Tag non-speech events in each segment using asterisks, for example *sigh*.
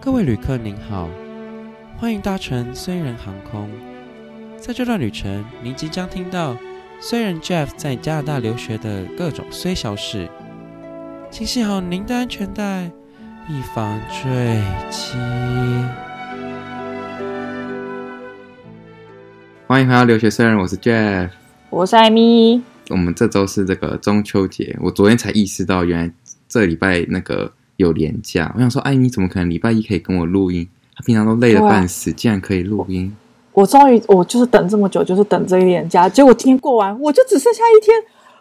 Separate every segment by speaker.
Speaker 1: 各位旅客您好，欢迎搭乘虽然航空。在这段旅程，您即将听到虽然 Jeff 在加拿大留学的各种虽小事，请系好您的安全带，以防坠机。
Speaker 2: 欢迎回到留学虽然我是 Jeff。
Speaker 3: 我是艾米。
Speaker 2: 我们这周是这个中秋节，我昨天才意识到，原来这礼拜那个有连假。我想说，哎，你怎么可能礼拜一可以跟我录音？他平常都累得半死，竟然可以录音。
Speaker 3: 我终于，我就是等这么久，就是等这一年假，结果今天过完，我就只剩下一天。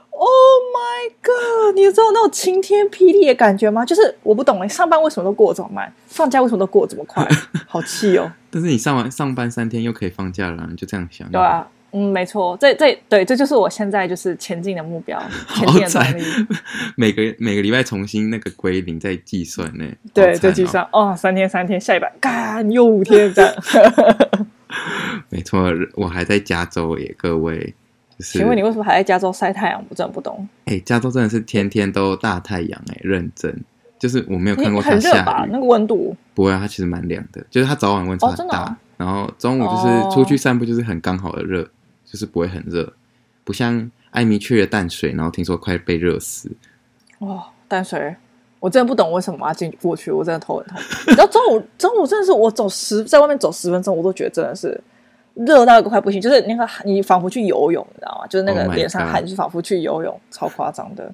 Speaker 3: Oh my god！你知道那种晴天霹雳的感觉吗？就是我不懂哎，上班为什么都过这么慢，放假为什么都过这么
Speaker 2: *laughs*
Speaker 3: 快？好气哦！
Speaker 2: 但是你上完上班三天又可以放假了，你就这样想。
Speaker 3: 对啊，嗯，没错，这这对，这就是我现在就是前进的目标，前进的动力。
Speaker 2: 哦每个每个礼拜重新那个归零再计算呢。好
Speaker 3: 对，
Speaker 2: 惨
Speaker 3: 这计
Speaker 2: 哦
Speaker 3: 算哦，三天三天，下一班干又五天这样。
Speaker 2: 没错，我还在加州耶，各位。就是
Speaker 3: 请问你为什么还在加州晒太阳？我真的不懂。
Speaker 2: 哎、加州真的是天天都大太阳哎、认真。就是我没有
Speaker 3: 你
Speaker 2: 看过它
Speaker 3: 很热
Speaker 2: 下
Speaker 3: 吧
Speaker 2: 雨？，
Speaker 3: 那个温度
Speaker 2: 不会、啊，它其实蛮凉的，就是它早晚温差
Speaker 3: 哦真的
Speaker 2: 大，
Speaker 3: 哦
Speaker 2: 然后中午就是出去散步，就是很刚好的热，就是不会很热，不像艾米去了淡水，然后听说快被热死。
Speaker 3: 哇，淡水，我真的不懂为什么要进过去，我真的头很痛。你知道中午中午真的是我走十在外面走十分钟，我都觉得真的是热到一个快不行，就是那个汗你仿佛去游泳，你知道吗？就是那
Speaker 2: Oh
Speaker 3: 个
Speaker 2: my
Speaker 3: 脸上
Speaker 2: God
Speaker 3: 汗，就仿佛去游泳，超夸张的。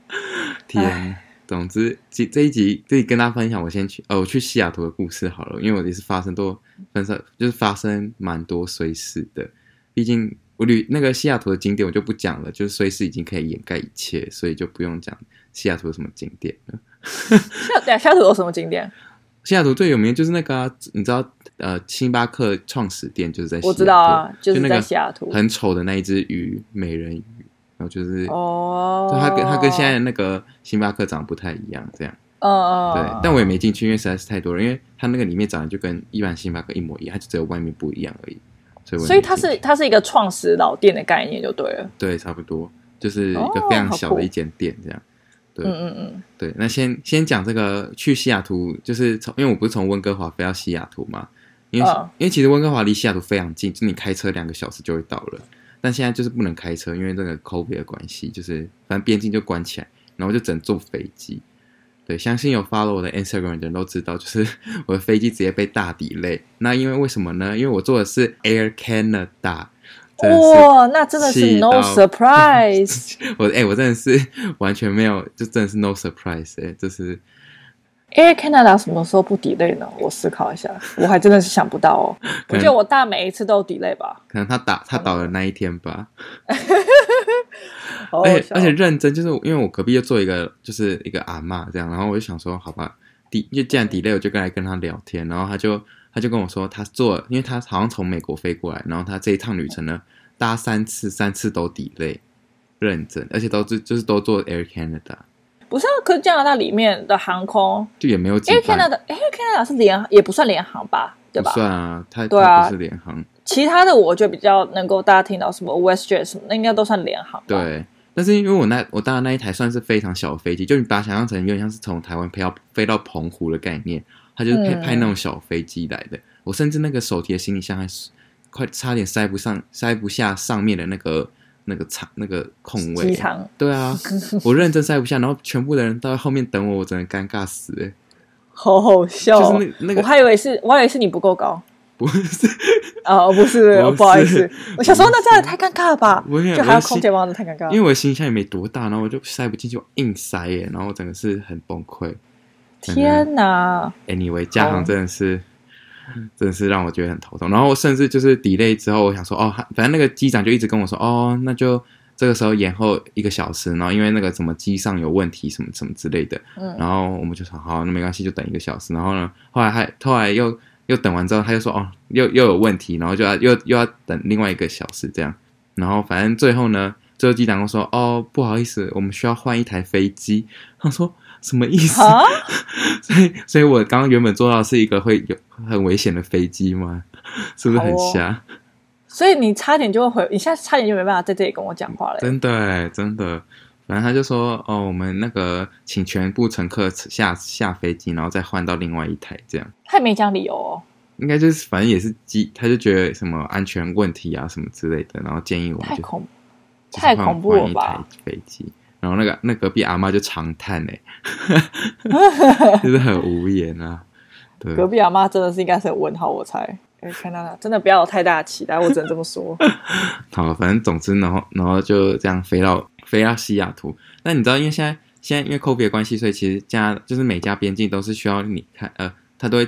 Speaker 2: 天，总之这这一集这里跟大家分享，我先去呃我去西雅图的故事好了，因为我也是发生多分手，就是发生蛮多衰事的。毕竟我旅那个西雅图的景点我就不讲了，就是衰事已经可以掩盖一切，所以就不用讲西雅图有什么景点了。
Speaker 3: 下对啊，下土有什么景点？
Speaker 2: 西雅图最有名的就是那个啊、你知道呃，星巴克创始店就是在西雅图
Speaker 3: 我知道啊，
Speaker 2: 就是那
Speaker 3: 在
Speaker 2: 个
Speaker 3: 西雅图。
Speaker 2: 很丑的那一只鱼美人鱼，然后就是
Speaker 3: 哦
Speaker 2: 就，它跟它跟现在的那个星巴克长得不太一样，这样
Speaker 3: 嗯嗯，
Speaker 2: 对
Speaker 3: 嗯，
Speaker 2: 但我也没进去，因为实在是太多人，因为它那个里面长得就跟一般星巴克一模一样，它就只有外面不一样而已，所以我也
Speaker 3: 所以
Speaker 2: 没
Speaker 3: 它
Speaker 2: 进
Speaker 3: 是
Speaker 2: 去
Speaker 3: 它是一个创始老店的概念就对了。
Speaker 2: 对差不多就是一个
Speaker 3: 哦
Speaker 2: 非常
Speaker 3: 好
Speaker 2: 小的
Speaker 3: 酷
Speaker 2: 一间店这样。对
Speaker 3: 嗯嗯嗯，
Speaker 2: 对，那先先讲这个去西雅图，就是从因为我不是从温哥华飞到西雅图嘛，因为、
Speaker 3: 嗯
Speaker 2: 因为其实温哥华离西雅图非常近，就你开车两个小时就会到了。但现在就是不能开车，因为这个 COVID 的关系，就是反正边境就关起来，然后就只能坐飞机。对，相信有 follow 我的 Instagram 的人都知道，就是 *laughs* 我的飞机直接被大抵累。那因为为什么呢？因为我坐的是 Air Canada，真的是
Speaker 3: 哇，那真的是
Speaker 2: 气
Speaker 3: no
Speaker 2: 到
Speaker 3: surprise。
Speaker 2: *laughs* 我哎、我真的是完全没有，就真的是 no surprise 哎、就是。
Speaker 3: Air Canada 什么时候不 delay 呢？我思考一下，我还真的是想不到
Speaker 2: *laughs*
Speaker 3: 哦。
Speaker 2: 可
Speaker 3: 我
Speaker 2: 能
Speaker 3: 觉得我大每一次都 delay 吧。
Speaker 2: 可能他打他倒的那一天吧，
Speaker 3: 好好
Speaker 2: 而且
Speaker 3: 哦笑
Speaker 2: 而且认真，就是因为我隔壁就做一个就是一个阿嬷这样，然后我就想说，好吧，第就既然 delay，我就跟来跟他聊天，然后他就他就跟我说，他做，因为他好像从美国飞过来，然后他这一趟旅程呢，搭三次，三次都 delay，认真，而且都是就是都坐 Air Canada，
Speaker 3: 不是啊，可是加拿大里面的航空
Speaker 2: 就也没有几
Speaker 3: ，Air
Speaker 2: 班
Speaker 3: Canada Air Canada 是联也不算联航吧，对
Speaker 2: 不
Speaker 3: 吧？
Speaker 2: 算啊，他
Speaker 3: 对
Speaker 2: 他
Speaker 3: 啊
Speaker 2: 不是联航，
Speaker 3: 其他的我觉得比较能够大家听到什么 WestJet 什么，那应该都算联航吧。，
Speaker 2: 对，但是因为我那我搭的那一台算是非常小的飞机，就你把它想象成有点像是从台湾飞到飞到澎湖的概念，它就是派
Speaker 3: 嗯
Speaker 2: 派那种小飞机来的。我甚至那个手提的行李箱还是快差点塞不上，塞不下上面的那个那个场那个空位
Speaker 3: 机。场
Speaker 2: 对
Speaker 3: *laughs*
Speaker 2: 啊，我认真塞不下，然后全部的人都在后面等我，我真的尴尬死了。
Speaker 3: 好好笑哦。
Speaker 2: 就是那那个
Speaker 3: 我还以为是，我还以为是你不够高。
Speaker 2: *laughs* 不是，
Speaker 3: 哦，
Speaker 2: *laughs*
Speaker 3: 不是，
Speaker 2: 不是
Speaker 3: 不好意思，我想说那这样也太尴尬了吧
Speaker 2: 我也，
Speaker 3: 就还
Speaker 2: 我
Speaker 3: 有
Speaker 2: 是
Speaker 3: 空姐帮的太尴尬了。
Speaker 2: 因为我的行李箱也没多大，然后我就塞不进去，我硬塞耶，然后我整个是很崩溃。
Speaker 3: 天哪！
Speaker 2: anyway，加
Speaker 3: 哦
Speaker 2: 航真的是，
Speaker 3: 嗯
Speaker 2: 真的是让我觉得很头痛。然后甚至就是 delay 之后，我想说，哦，反正那个机长就一直跟我说，哦，那就这个时候延后一个小时，然后因为那个什么机上有问题，什么什么之类的。
Speaker 3: 嗯
Speaker 2: 然后我们就说，好，那没关系，就等一个小时。然后呢，后来还后来又又等完之后，他就说，哦，又又有问题，然后就要又又要等另外一个小时这样。然后反正最后呢，最后机长跟我说，哦，不好意思，我们需要换一台飞机。他说什么意思？
Speaker 3: 啊，
Speaker 2: 所以， *laughs* 所以我刚刚原本坐到是一个会有很危险的飞机吗？ *laughs* 是不是很
Speaker 3: 哦
Speaker 2: 瞎？
Speaker 3: 所以你差点就会回，你现在差点就没办法在这里跟我讲话了。
Speaker 2: 真的欸，真的。反正他就说哦，我们那个请全部乘客下下飞机，然后再换到另外一台这样。
Speaker 3: 他也没讲理由哦。
Speaker 2: 应该就是反正也是机，他就觉得什么安全问题啊什么之类的，然后建议我们
Speaker 3: 太
Speaker 2: 就
Speaker 3: 恐
Speaker 2: 就是
Speaker 3: 太
Speaker 2: 换
Speaker 3: 恐怖了
Speaker 2: 换一
Speaker 3: 吧
Speaker 2: 台飞机。然后那个那隔壁阿妈就长叹哎、 *laughs* 就是很无言啊。对，
Speaker 3: 隔壁阿妈真的是应该是有问号，我猜。哎，看到了，真的不要有太大的期待，我只能这么
Speaker 2: *laughs*
Speaker 3: 说。
Speaker 2: 好，反正总之，然后然后就这样飞到飞到西雅图。那你知道，因为现在现在因为 COVID 的关系，所以其实加就是每家边境都是需要你看呃，他都会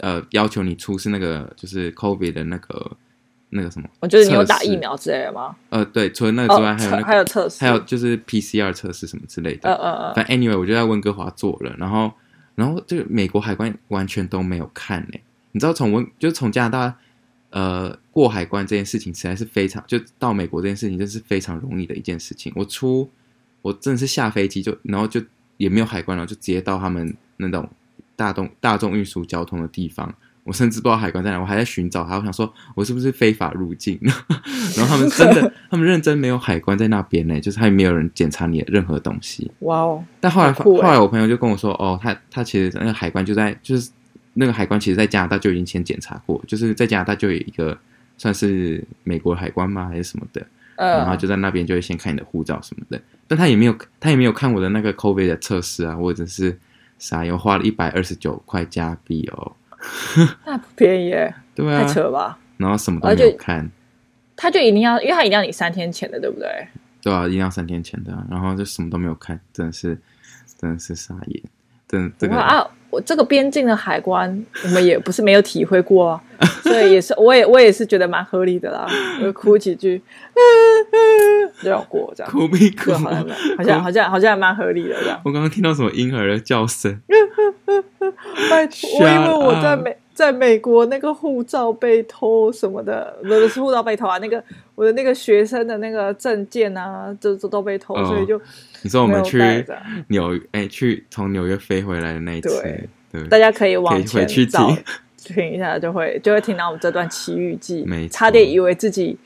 Speaker 2: 呃要求你出示那个就是 COVID 的那个那个什么
Speaker 3: 我觉得你有打
Speaker 2: 测试
Speaker 3: 疫苗之类的吗？
Speaker 2: 呃，对，除了那个之外，
Speaker 3: 哦，
Speaker 2: 还有那
Speaker 3: 测
Speaker 2: 个
Speaker 3: 还有测试，
Speaker 2: 还有就是 PCR 测试什么之类的。
Speaker 3: 呃呃呃，
Speaker 2: 反正 anyway，我就在温哥华做了，然后然后这个美国海关完全都没有看呢、你知道从温就是从加拿大呃过海关这件事情，实在是非常就到美国这件事情，真是非常容易的一件事情。我出我真的是下飞机就然后就也没有海关了，然后就直接到他们那种大众大众运输交通的地方。我甚至不知道海关在哪，我还在寻找他。我想说，我是不是非法入境？ *laughs* 然后他们真的，他们认真没有海关在那边呢，就是还没有人检查你的任何东西。
Speaker 3: 哇哦，
Speaker 2: 但后来发、
Speaker 3: 很酷欸
Speaker 2: 后来我朋友就跟我说，哦，他他其实那个海关就在就是那个海关其实在加拿大就已经先检查过，就是在加拿大就有一个算是美国海关吗还是什么的，然后他
Speaker 3: 呃，
Speaker 2: 就在那边就会先看你的护照什么的，但他也没有他也没有看我的那个 COVID 的测试啊，我真是傻又花了一百二十九块加币哦，
Speaker 3: 那不便宜耶，
Speaker 2: 对啊
Speaker 3: 太，扯了吧？
Speaker 2: 然后什么都
Speaker 3: 而
Speaker 2: 没
Speaker 3: 且
Speaker 2: 有看，
Speaker 3: 他就一定要，因为他一定要你三天前的，对不对？
Speaker 2: 对啊，一定要三天前的啊、然后就什么都没有看，真的是真的是傻眼，真的这个
Speaker 3: 哇啊，我这个边境的海关，我们也不是没有体会过啊， *laughs* 所以也是，我也我也是觉得蛮合理的啦，我就哭几句，嗯嗯，就要过这样，
Speaker 2: 哭没哭
Speaker 3: 就？好像好像好像好像还蛮合理的这样。
Speaker 2: 我刚刚听到什么婴儿的叫声，
Speaker 3: 拜托，
Speaker 2: Shut
Speaker 3: 我因为我在
Speaker 2: up
Speaker 3: 美在美国那个护照被偷什么的，不是护照被偷啊，那个我的那个学生的那个证件啊，这这都被偷，
Speaker 2: 哦
Speaker 3: 所以就
Speaker 2: 你说我
Speaker 3: 没
Speaker 2: 们
Speaker 3: 有
Speaker 2: 去
Speaker 3: 带着。
Speaker 2: 纽哎、去从纽约飞回来的那一次，
Speaker 3: 对
Speaker 2: 对
Speaker 3: 大家可以往
Speaker 2: 可以
Speaker 3: 前
Speaker 2: 回去
Speaker 3: 找
Speaker 2: 听
Speaker 3: 听一下，就会就会听到我们这段奇遇
Speaker 2: *laughs*
Speaker 3: 记
Speaker 2: 没，错
Speaker 3: 差点以为自己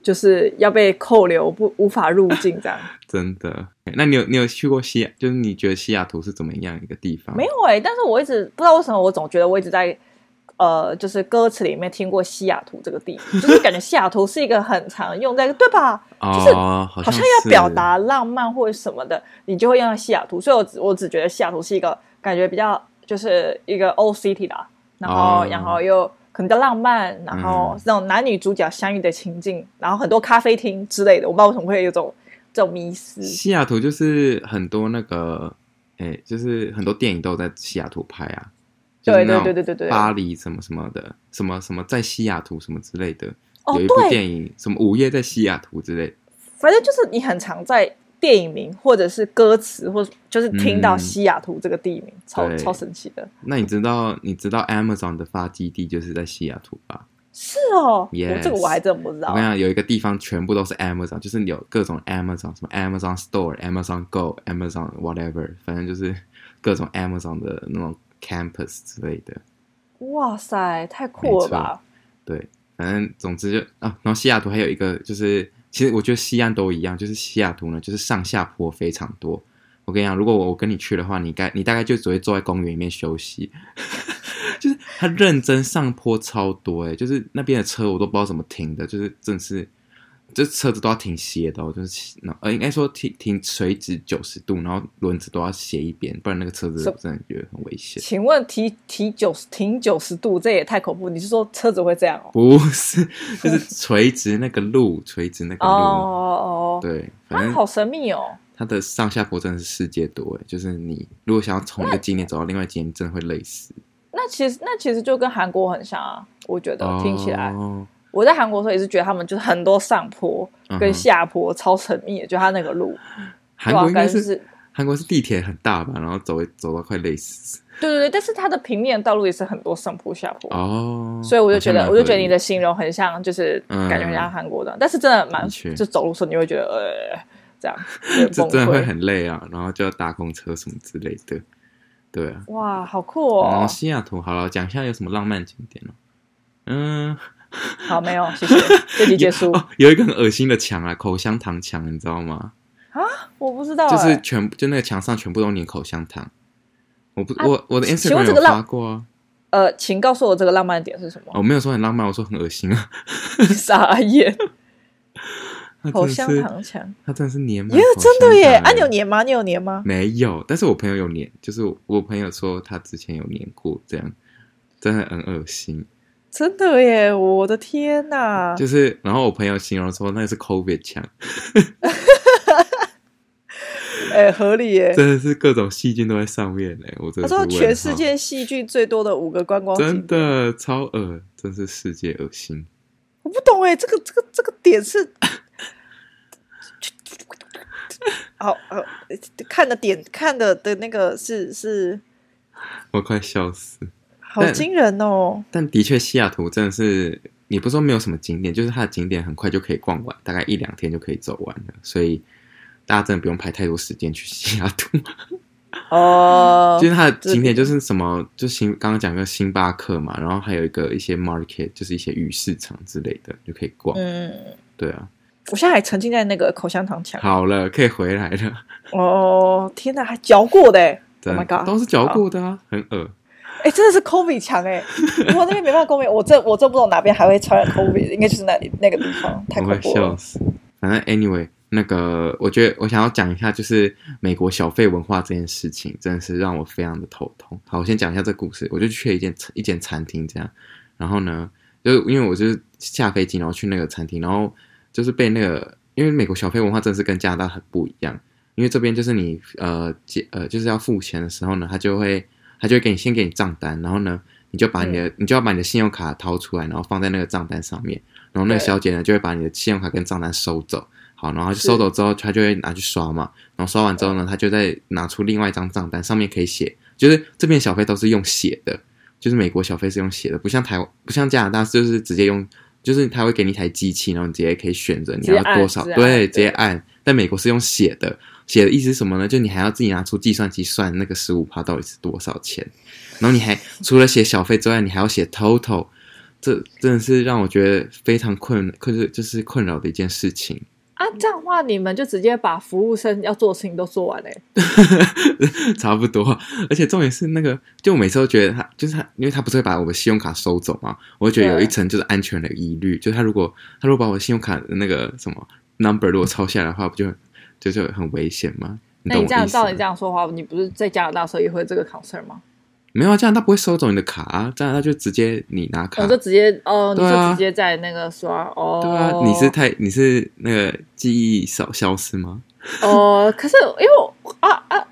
Speaker 3: 就是要被扣留，不无法入境
Speaker 2: *laughs*
Speaker 3: 这样。
Speaker 2: 真的。哎那你有你有去过西雅，就是你觉得西雅图是怎么样一个地方？
Speaker 3: 没有哎、但是我一直不知道为什么，我总觉得我一直在呃，就是歌词里面听过西雅图这个地，就是感觉西雅图是一个很常用在对吧？就是
Speaker 2: 哦，好
Speaker 3: 好像
Speaker 2: 像
Speaker 3: 要
Speaker 2: 是
Speaker 3: 表达浪漫或者什么的，你就会用到西雅图。所以我只我只觉得西雅图是一个感觉比较就是一个 old city 啦，然后、
Speaker 2: 哦
Speaker 3: 然后又可能比较浪漫，然后
Speaker 2: 嗯
Speaker 3: 那种男女主角相遇的情境，然后很多咖啡厅之类的，我不知道为什么会有这种这种迷思。
Speaker 2: 西雅图就是很多那个哎、就是很多电影都有在西雅图拍啊。就是
Speaker 3: 对
Speaker 2: 那
Speaker 3: 对
Speaker 2: 种
Speaker 3: 对对对对，
Speaker 2: 巴黎什么什么的，什么什么在西雅图什么之类的，
Speaker 3: 哦
Speaker 2: 有一部
Speaker 3: 对，
Speaker 2: 电影什么午夜在西雅图之类的
Speaker 3: 反正就是你很常在电影名或者是歌词，或就是听到
Speaker 2: 嗯
Speaker 3: 西雅图这个地名，超
Speaker 2: 对
Speaker 3: 超神奇的。
Speaker 2: 那你知道你知道 Amazon 的发基地就是在西雅图吧？
Speaker 3: 是哦，我这个
Speaker 2: Yes
Speaker 3: 我还真不知道
Speaker 2: 我跟。你讲，有一个地方全部都是 Amazon，就是有各种 Amazon，什么 Amazon Store、Amazon Go、Amazon whatever，反正就是各种 Amazon 的那种 campus 之类的。
Speaker 3: 哇塞，太酷了吧！
Speaker 2: 对，反正总之就啊，然后西雅图还有一个就是，其实我觉得西岸都一样，就是西雅图呢，就是上下坡非常多。我跟你讲，如果我我跟你去的话，你该你大概就只会坐在公园里面休息， *laughs* 就是它认真上坡超多哎、就是那边的车我都不知道怎么停的，就是真是，这车子都要停斜的、哦，就是那呃应该说停停垂直九十度，然后轮子都要斜一边，不然那个车子
Speaker 3: 什
Speaker 2: 我真的觉得很危险。
Speaker 3: 请问提提九十停九十度，这也太恐怖！你是说车子会这样哦？
Speaker 2: 不是，就是垂直那个路，垂直那个
Speaker 3: 哦
Speaker 2: 路。
Speaker 3: 哦哦，
Speaker 2: 对，反
Speaker 3: 啊，
Speaker 2: 正
Speaker 3: 好神秘哦！
Speaker 2: 它的上下坡真的是世界多哎，就是你如果想要从一个景点走到另外一个景点，真的会累死。
Speaker 3: 那其实那其实就跟韩国很像啊，我觉得听起来，
Speaker 2: 哦
Speaker 3: 我在韩国的时候也是觉得他们就是很多上坡
Speaker 2: 嗯哼
Speaker 3: 跟下坡超神秘的，就他那个路，
Speaker 2: 韩国应该
Speaker 3: 对啊感觉
Speaker 2: 是
Speaker 3: 是
Speaker 2: 韩国是地铁很大吧，然后走走到快累死
Speaker 3: 对对对，但是它的平面道路也是很多上坡下坡，
Speaker 2: 哦。
Speaker 3: 所以我就觉
Speaker 2: 好
Speaker 3: 得
Speaker 2: 像蛮
Speaker 3: 我就觉得
Speaker 2: 合理
Speaker 3: 你的形容很像，就是
Speaker 2: 嗯
Speaker 3: 感觉很像韩国的，但是真的蛮
Speaker 2: 的确
Speaker 3: 就走路的时候你会觉得呃这样，
Speaker 2: *laughs*
Speaker 3: 有
Speaker 2: 这
Speaker 3: 点
Speaker 2: 真的会
Speaker 3: 崩溃。
Speaker 2: 很累啊，然后就要搭公车什么之类的，对啊。
Speaker 3: 哇，好酷
Speaker 2: 然后
Speaker 3: 哦！
Speaker 2: 西雅图好了，讲一下有什么浪漫景点哦。嗯，
Speaker 3: *laughs* 好，没有，谢谢，这集结哦束
Speaker 2: 有。哦有一个很恶心的墙啊，口香糖墙，你知道吗？欸
Speaker 3: 我不知道、
Speaker 2: 就
Speaker 3: 哎
Speaker 2: 是全就那个墙上全部都粘口香糖。我不，
Speaker 3: 啊
Speaker 2: 我我的
Speaker 3: 请问
Speaker 2: Instagram
Speaker 3: 这
Speaker 2: 有
Speaker 3: 个浪
Speaker 2: 发过啊，
Speaker 3: 呃，请告诉我这个浪漫的点是什么？
Speaker 2: 我没有说很浪漫，我说很恶心啊。 *laughs*
Speaker 3: 傻 *laughs* 眼，
Speaker 2: 它真
Speaker 3: 口
Speaker 2: 的
Speaker 3: 香
Speaker 2: 是，
Speaker 3: 糖墙，
Speaker 2: 它真的是粘满
Speaker 3: 耶，
Speaker 2: 口
Speaker 3: 真
Speaker 2: 香
Speaker 3: 的耶！
Speaker 2: 糖
Speaker 3: 啊，你有
Speaker 2: 欸
Speaker 3: 粘吗？你有粘吗？
Speaker 2: 没有，但是我朋友有粘，就是我朋友说他之前有粘过，这样真的很恶心。
Speaker 3: 真的耶！我的天哪！
Speaker 2: 就是，然后我朋友形容说那是 COVID 墙，
Speaker 3: 哎，合理耶。
Speaker 2: 真的是各种细菌都在上面嘞、我真
Speaker 3: 他
Speaker 2: 的是
Speaker 3: 说
Speaker 2: 问
Speaker 3: 全世
Speaker 2: 号
Speaker 3: 界戏剧最多的五个观光景
Speaker 2: 真的超恶，真是世界恶心。
Speaker 3: 我不懂哎，这个这个这个点是， *laughs* 好好看的点看的的那个是是
Speaker 2: 我快笑死。嗯
Speaker 3: 好惊人哦！
Speaker 2: 但的确，西雅图真的是，你不是说没有什么景点，就是它的景点很快就可以逛完，大概一两天就可以走完了，所以大家真的不用排太多时间去西雅图。*laughs*
Speaker 3: 哦
Speaker 2: 就是它的
Speaker 3: 这
Speaker 2: 景点
Speaker 3: 个
Speaker 2: 就是什么，就星刚刚讲个星巴克嘛，然后还有一个一些 market，就是一些鱼市场之类的，就可以逛。
Speaker 3: 嗯，
Speaker 2: 对啊，
Speaker 3: 我现在还沉浸在那个口香糖墙。
Speaker 2: 好了，可以回来
Speaker 3: Oh
Speaker 2: 了。
Speaker 3: 哦，天哪，还嚼过的哎！
Speaker 2: 真
Speaker 3: Oh
Speaker 2: 的
Speaker 3: my god
Speaker 2: 都是嚼过的啊，很恶。
Speaker 3: 哎，真的是 COVID 强哎！如果那边没办法 COVID，我这我这不懂哪边还会传染 COVID，应该就是那里那个地方，太
Speaker 2: 我
Speaker 3: 恐
Speaker 2: 会
Speaker 3: 怖了
Speaker 2: 笑。死。反正 anyway，那个我觉得我想要讲一下，就是美国小费文化这件事情，真的是让我非常的头痛。好，我先讲一下这故事。我就去了一间一间餐厅，这样，然后呢，就是因为我就是下飞机，然后去那个餐厅，然后就是被那个，因为美国小费文化真的是跟加拿大很不一样。因为这边就是你呃结呃就是要付钱的时候呢，他就会他就会给你先给你账单，然后呢你就把你的、你就要把你的信用卡掏出来，然后放在那个账单上面，然后那个
Speaker 3: 对
Speaker 2: 小姐呢就会把你的信用卡跟账单收走，好，然后她就是收走之后，她就会拿去刷嘛，然后刷完之后呢，她就再拿出另外一张账单，上面可以写，就是这边小费都是用写的，就是美国小费是用写的，不像台湾不像加拿大就是直接用。就是他会给你一台机器，然后你直接可以选择你
Speaker 3: 直接
Speaker 2: 要
Speaker 3: 按
Speaker 2: 多少，
Speaker 3: 直接按
Speaker 2: 对，直接
Speaker 3: 对
Speaker 2: 按。但美国是用写的，写的意思是什么呢？就你还要自己拿出计算机算那个十五趴到底是多少钱，然后你
Speaker 3: *laughs*
Speaker 2: 还除了写小费之外，你还要写 total，这真的是让我觉得非常困，就是就是困扰的一件事情。
Speaker 3: 啊，这样的话你们就直接把服务生要做的事情都做完欸嘞、
Speaker 2: *laughs* 差不多。而且重点是那个，就我每次都觉得他就是他，因为他不是会把我的信用卡收走嘛，我会觉得有一层就是安全的疑虑，就是他如果他如果把我的信用卡的那个什么 number 如果抄下来的话，不就就就很危险吗？你
Speaker 3: 那
Speaker 2: 懂
Speaker 3: 你
Speaker 2: 我
Speaker 3: 这样
Speaker 2: 意思
Speaker 3: 照
Speaker 2: 吗
Speaker 3: 你这样说话，你不是在加拿大的时候也会有这个 concern 吗？
Speaker 2: 没有啊，加拿大不会收走你的卡啊，加拿大就直接你拿卡。
Speaker 3: 我就直接哦，你
Speaker 2: 对啊
Speaker 3: 就直接在那个刷、哦，
Speaker 2: 对啊，你是太你是那个记忆少消失吗？
Speaker 3: 哦，可是因为我啊啊，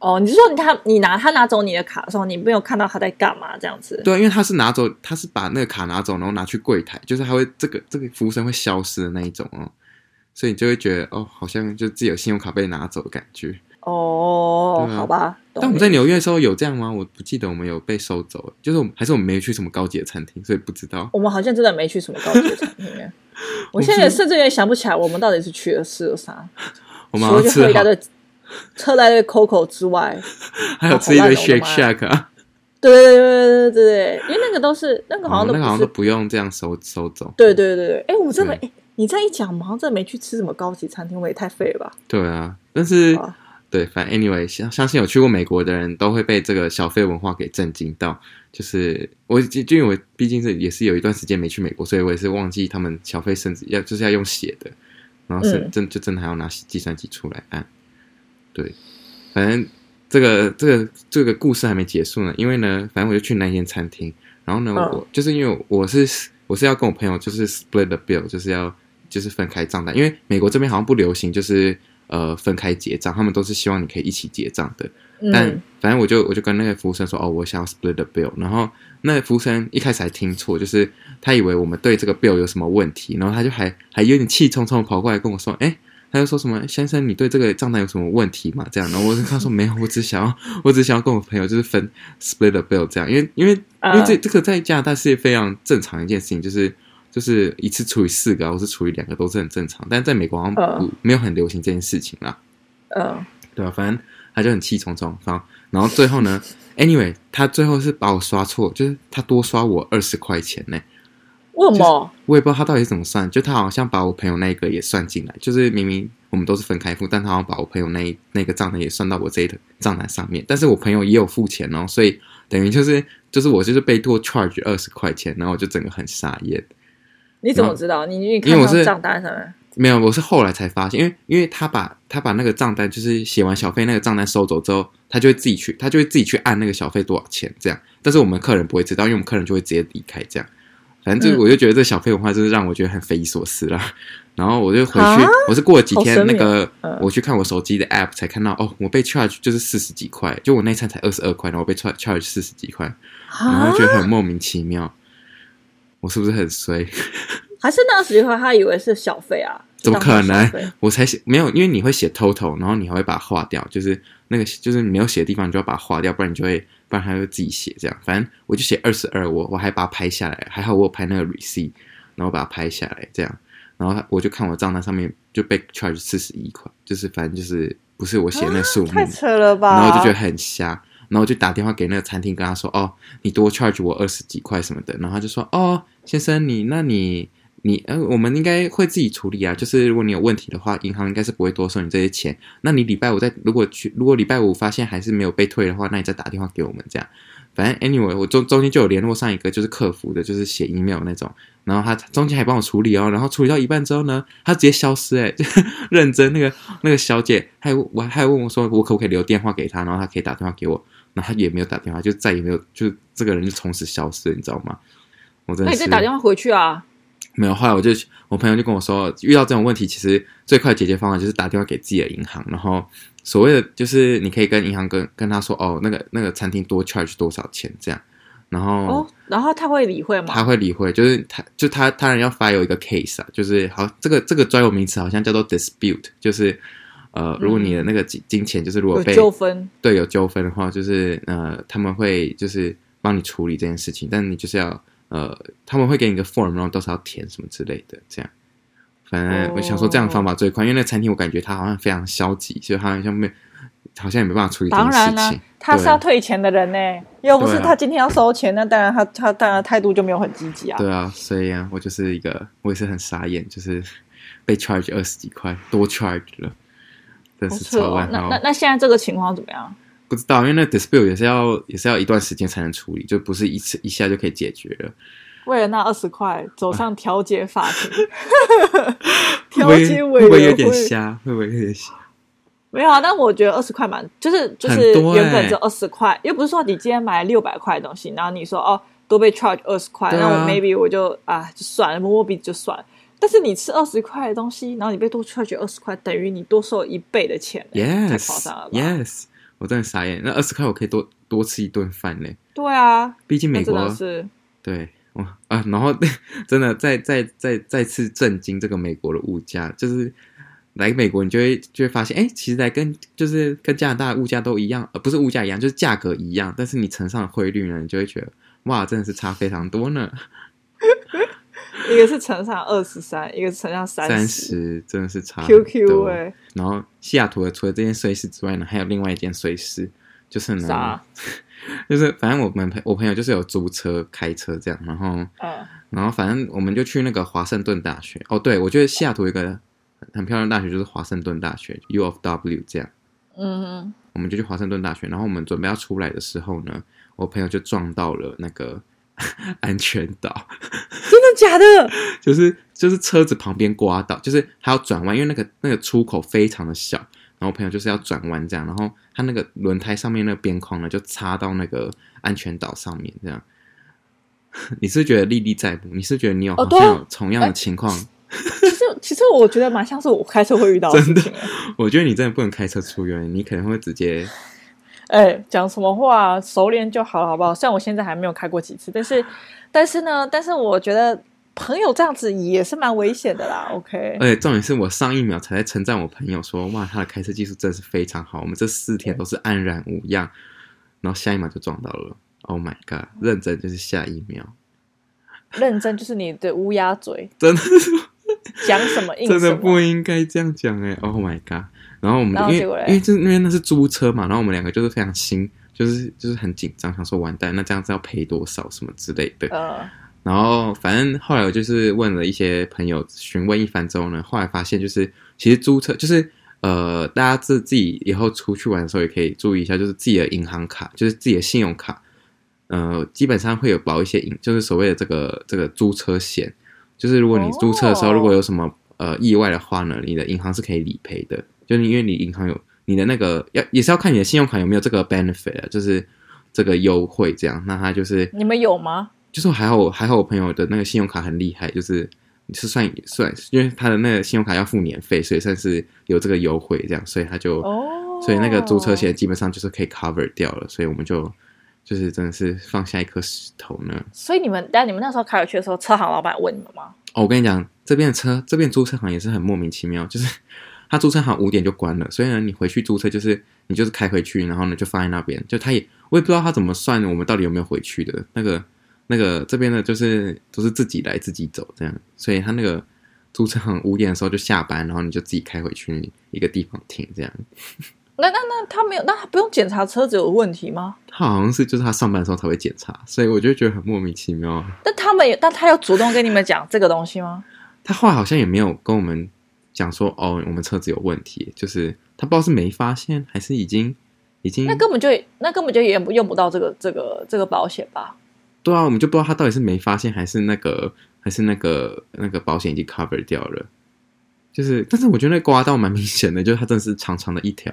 Speaker 3: 哦，你是说你他你拿他拿走你的卡的时候，你没有看到他在干嘛这样子？
Speaker 2: 对啊，因为他是拿走，他是把那个卡拿走，然后拿去柜台，就是他会这个这个服务生会消失的那一种哦，所以你就会觉得哦，好像就自己的信用卡被拿走的感觉。
Speaker 3: 哦，
Speaker 2: 对啊
Speaker 3: 好吧，
Speaker 2: 但我们在纽约的时候有这样吗？我不记得我们有被收走，就是我们还是我们没去什么高级的餐厅，所以不知道。
Speaker 3: 我们好像真的没去什么高级餐厅
Speaker 2: *laughs*
Speaker 3: 耶。我现在甚至有点想不起来，我们到底是去了吃了啥。
Speaker 2: 我们
Speaker 3: 除
Speaker 2: 好
Speaker 3: 了
Speaker 2: 像
Speaker 3: 就
Speaker 2: 吃
Speaker 3: 喝一大
Speaker 2: 好，
Speaker 3: 堆，喝了一堆 Coco 之外，
Speaker 2: 还有吃一堆
Speaker 3: 好烂
Speaker 2: Shake
Speaker 3: 哦
Speaker 2: Shack 啊，
Speaker 3: 对对对对对对，因为那个都是那个好
Speaker 2: 哦
Speaker 3: 像都
Speaker 2: 那个好
Speaker 3: 不
Speaker 2: 像
Speaker 3: 是，
Speaker 2: 都不用这样收收走。
Speaker 3: 对对对对。哎，我真的
Speaker 2: 对
Speaker 3: 哎，你这样一讲，我们好像真的没去吃什么高级餐厅，我也太废了吧？
Speaker 2: 对啊，但是、
Speaker 3: 啊
Speaker 2: 对，反正 anyway，相相信有去过美国的人都会被这个小费文化给震惊到。就是我，就就因为我毕竟是也是有一段时间没去美国，所以我也是忘记他们小费甚至要就是要用写的，然后是、
Speaker 3: 嗯
Speaker 2: 真就真的还要拿计算机出来按。对，反正这个这个这个故事还没结束呢，因为呢，反正我就去那间餐厅，然后呢，
Speaker 3: 嗯
Speaker 2: 我就是因为我是我是要跟我朋友就是 split the bill，就是要就是分开账单，因为美国这边好像不流行就是呃分开结账，他们都是希望你可以一起结账的。但
Speaker 3: 嗯，
Speaker 2: 反正我就我就跟那个服务生说，哦，我想要 split the bill。然后那个服务生一开始还听错，就是他以为我们对这个 bill 有什么问题，然后他就还还有点气冲冲地跑过来跟我说，哎。他就说什么先生，你对这个账单有什么问题吗？这样，然后我就跟他说没有，我只想要， *laughs* 我只想要跟我朋友就是分 split the bill 这样，因为因为
Speaker 3: 嗯
Speaker 2: 因为这这个在加拿大是非常正常的一件事情，就是就是一次除以四个啊，或是除以两个都是很正常，但在美国好像不、
Speaker 3: 嗯
Speaker 2: 没有很流行这件事情啦。
Speaker 3: 嗯
Speaker 2: 对啊，反正他就很气冲冲，然后然后最后呢，anyway，他最后是把我刷错，就是他多刷我二十块钱呢、
Speaker 3: 为什么？
Speaker 2: 我也不知道他到底是怎么算，就他好像把我朋友那一个也算进来，就是明明我们都是分开付，但他好像把我朋友那一那个账单也算到我这一个账单上面，但是我朋友也有付钱哦，所以等于就是就是我就是被多 charge 二十块钱，然后我就整个很傻眼。
Speaker 3: 你怎么知道？你你
Speaker 2: 因
Speaker 3: 看
Speaker 2: 为我
Speaker 3: 到
Speaker 2: 是
Speaker 3: 账单上面，啊
Speaker 2: 没有，我是后来才发现，因为因为他把他把那个账单，就是写完小费那个账单收走之后，他就会自己去，他就会自己去按那个小费多少钱这样。但是我们客人不会知道，因为我们客人就会直接离开这样。反正
Speaker 3: 嗯
Speaker 2: 就我就觉得这小费文化就是让我觉得很匪夷所思啦。然后我就回去
Speaker 3: 啊，
Speaker 2: 我是过了几
Speaker 3: 好
Speaker 2: 天
Speaker 3: 神
Speaker 2: 那
Speaker 3: 秘
Speaker 2: 个
Speaker 3: 嗯
Speaker 2: 我去看我手机的 app 才看到，哦，我被 charge 就是四十几块，就我那一餐才二十二块，然后我被 charge charge 四十几块，然后
Speaker 3: 啊
Speaker 2: 就，觉得很莫名其妙，我是不是很衰？
Speaker 3: 还是那二十几块，他以为是小费啊？
Speaker 2: 怎么可
Speaker 3: 当
Speaker 2: 能
Speaker 3: 小费？
Speaker 2: 我才写没有，因为你会写 total，然后你还会把它划掉，就是那个就是你没有写的地方，你就要把它划掉，不然你就会，不然它会自己写这样。反正我就写二十二，我我还把它拍下来，还好我有拍那个 receipt，然后把它拍下来这样。然后我就看我账单上面就被 charge 四十一块，就是反正就是不是我写的那数目，
Speaker 3: 太扯了吧？
Speaker 2: 嗯然后我就觉得很瞎，然后就打电话给那个餐厅，跟他说：“哦，你多 charge 我二十几块什么的。”然后他就说：“哦，先生，你那你你呃，我们应该会自己处理啊。就是如果你有问题的话，银行应该是不会多收你这些钱。那你礼拜五再如果去，如果礼拜五发现还是没有被退的话，那你再打电话给我们这样。”反正 anyway，我中中间就有联络上一个就是客服的，就是写 email 那种，然后他中间还帮我处理哦，然后处理到一半之后呢，他直接消失、欸， *laughs* 哎，认真那个那个小姐还我还问我说我可不可以留电话给他，然后他可以打电话给我，然后他也没有打电话，就再也没有，就这个人就从此消失了，你知道吗？我真的
Speaker 3: 那你
Speaker 2: 是
Speaker 3: 再打电话回去啊？
Speaker 2: 没有，后来我就我朋友就跟我说，遇到这种问题，其实最快解决方法就是打电话给自己的银行，然后所谓的就是你可以跟银行跟跟他说，哦，那个那个餐厅多 charge 多少钱这样，然后
Speaker 3: 哦，然后他会理会
Speaker 2: 他
Speaker 3: 吗？
Speaker 2: 会理会，就是他就他他人要 file 一个 case 啊，就是好这个这个专有名词好像叫做 dispute，就是呃，如果你的那个金金钱就是如果
Speaker 3: 嗯有
Speaker 2: 被
Speaker 3: 纠纷，
Speaker 2: 对有纠纷的话，就是呃他们会就是帮你处理这件事情，但你就是要呃他们会给你一个 form，然后到时候要填什么之类的，这样。反
Speaker 3: 哦
Speaker 2: 正我想说这样的方法最快，因为那个餐厅我感觉他好像非常消极，所以他好像没好像也没办法处理这件
Speaker 3: 当然
Speaker 2: 事
Speaker 3: 啦、
Speaker 2: 情。
Speaker 3: 他是要
Speaker 2: 对
Speaker 3: 退钱的人呢、又不是
Speaker 2: 对啊
Speaker 3: 他今天要收钱，那当然他他当然态度就没有很积极啊。
Speaker 2: 对啊，所以啊，我就是一个，我也是很傻眼，就是被 charge 二十几块，多 charge 了，真
Speaker 3: 不
Speaker 2: 是
Speaker 3: 错
Speaker 2: 超
Speaker 3: 哦
Speaker 2: 万，
Speaker 3: 那
Speaker 2: 号
Speaker 3: 那。那现在这个情况怎么样？
Speaker 2: 不知道，因为那 dispute 也是要也是要一段时间才能处理，就不是一次一下就可以解决了。
Speaker 3: 为了那二十块，走上调解法
Speaker 2: *laughs*
Speaker 3: 庭，
Speaker 2: 会
Speaker 3: *laughs*
Speaker 2: 不
Speaker 3: 调
Speaker 2: 会
Speaker 3: 解
Speaker 2: 会
Speaker 3: 委员
Speaker 2: 不
Speaker 3: 会
Speaker 2: 会有点瞎？会不会有点瞎？
Speaker 3: 没有啊，但我觉得二十块蛮，就是就是
Speaker 2: 很多欸
Speaker 3: 原本只有二十块，又不是说你今天买六百块的东西，然后你说哦多被 charge 二十块，
Speaker 2: 对啊
Speaker 3: 那我 maybe 我就啊就算了，摸摸鼻子就算了。但是你吃二十块的东西，然后你被多 charge 二十块，等于你多收一倍的钱欸、太夸张了吧
Speaker 2: Yes，Yes，我真的傻眼。那二十块我可以多多吃一顿饭嘞，
Speaker 3: 对啊，
Speaker 2: 毕竟
Speaker 3: 那
Speaker 2: 美
Speaker 3: 真
Speaker 2: 国
Speaker 3: 的是
Speaker 2: 对，我啊，然后真的再再再再次震惊这个美国的物价，就是来美国你就会就会发现，哎，其实来跟就是跟加拿大的物价都一样，呃，不是物价一样，就是价格一样，但是你乘上了汇率呢，你就会觉得哇，真的是差非常多呢，
Speaker 3: 一个是乘上二十三，一个是乘上
Speaker 2: 三
Speaker 3: 十。
Speaker 2: 十真的是差很
Speaker 3: QQ
Speaker 2: 多
Speaker 3: 哎、
Speaker 2: 然后西雅图的除了这件碎事之外呢，还有另外一件碎事，就是呢
Speaker 3: 啥，
Speaker 2: 就是反正我们朋我朋友就是有租车开车这样，然后
Speaker 3: 嗯，
Speaker 2: 然后反正我们就去那个华盛顿大学。哦，对，我觉得西雅图有一个很漂亮的大学就是华盛顿大学 U of W 这样。
Speaker 3: 嗯哼，
Speaker 2: 我们就去华盛顿大学，然后我们准备要出来的时候呢，我朋友就撞到了那个 *laughs* 安全岛，
Speaker 3: 真的假的？
Speaker 2: 就是就是车子旁边刮到，就是他要转弯，因为那个那个出口非常的小，然后我朋友就是要转弯这样，然后他那个轮胎上面那个边框呢就插到那个安全岛上面这样。 *laughs* 你是不是觉得历历在目？你是不是觉得你有
Speaker 3: 哦
Speaker 2: 好
Speaker 3: 对啊哎
Speaker 2: 像有同样的情况？
Speaker 3: 其实其实我觉得蛮像是我开车会遇到的事情欸。
Speaker 2: 我觉得你真的不能开车出远门，你可能会直接
Speaker 3: *laughs* 哎，讲什么话，熟练就好了，好不好？虽然我现在还没有开过几次，
Speaker 2: *laughs*
Speaker 3: 但是但是呢，但是我觉得朋友这样子也是蛮危险的啦。OK，
Speaker 2: 而且重点是我上一秒才在称赞我朋友说，哇，他的开车技术真是非常好，我们这四天都是安然无恙，然后下一秒就撞到了，Oh my god！认真就是下一秒，
Speaker 3: 认真就是你的乌鸦嘴，
Speaker 2: 真的是
Speaker 3: 讲什么硬
Speaker 2: 真
Speaker 3: 什
Speaker 2: 的不
Speaker 3: 么。
Speaker 2: 应该这样讲哎、o h my god！然后我们
Speaker 3: 然后
Speaker 2: 因为
Speaker 3: 结果嘞
Speaker 2: 因为这因为那是租车嘛，然后我们两个就是非常新，就是就是很紧张，想说完蛋，那这样子要赔多少什么之类的，
Speaker 3: 呃，
Speaker 2: 然后反正后来我就是问了一些朋友询问一番之后呢，后来发现就是其实租车就是呃，大家自自己以后出去玩的时候也可以注意一下，就是自己的银行卡，就是自己的信用卡，呃，基本上会有保一些银，就是所谓的这个这个租车险，就是如果你租车的时候
Speaker 3: 哦
Speaker 2: 如果有什么呃意外的话呢，你的银行是可以理赔的，就是因为你银行有你的那个要也是要看你的信用卡有没有这个 benefit，啊就是这个优惠这样，那它就是
Speaker 3: 你们有吗？
Speaker 2: 就是还好，还好我朋友的那个信用卡很厉害，就是是算算，因为他的那个信用卡要付年费，所以算是有这个优惠这样，所以他就，
Speaker 3: 哦
Speaker 2: 所以那个租车险基本上就是可以 cover 掉了，所以我们就就是真的是放下一颗石头呢。
Speaker 3: 所以你们，但你们那时候开回去的时候，车行老板问你们吗？
Speaker 2: 哦，我跟你讲，这边的车，这边租车行也是很莫名其妙，就是 *laughs* 他租车行五点就关了，所以呢，你回去租车就是你就是开回去，然后呢就放在那边，就他也我也不知道他怎么算我们到底有没有回去的那个那个这边的，就是都是自己来自己走这样，所以他那个租车行五点的时候就下班，然后你就自己开回去一个地方停这样。
Speaker 3: 那那那他没有，那他不用检查车子有问题吗？
Speaker 2: 他好像是就是他上班的时候才会检查，所以我就觉得很莫名其妙。
Speaker 3: 但他们也，但他有主动跟你们讲这个东西吗？
Speaker 2: 他后来好像也没有跟我们讲说，哦，我们车子有问题，就是他不知道是没发现还是已经已经
Speaker 3: 那根本就那根本就也不用不到这个这个这个保险吧？
Speaker 2: 对啊，我们就不知道他到底是没发现还是那个还是那个那个保险已经 cover 掉了。就是，但是我觉得那刮到蛮明显的，就是它真的是长长的一条。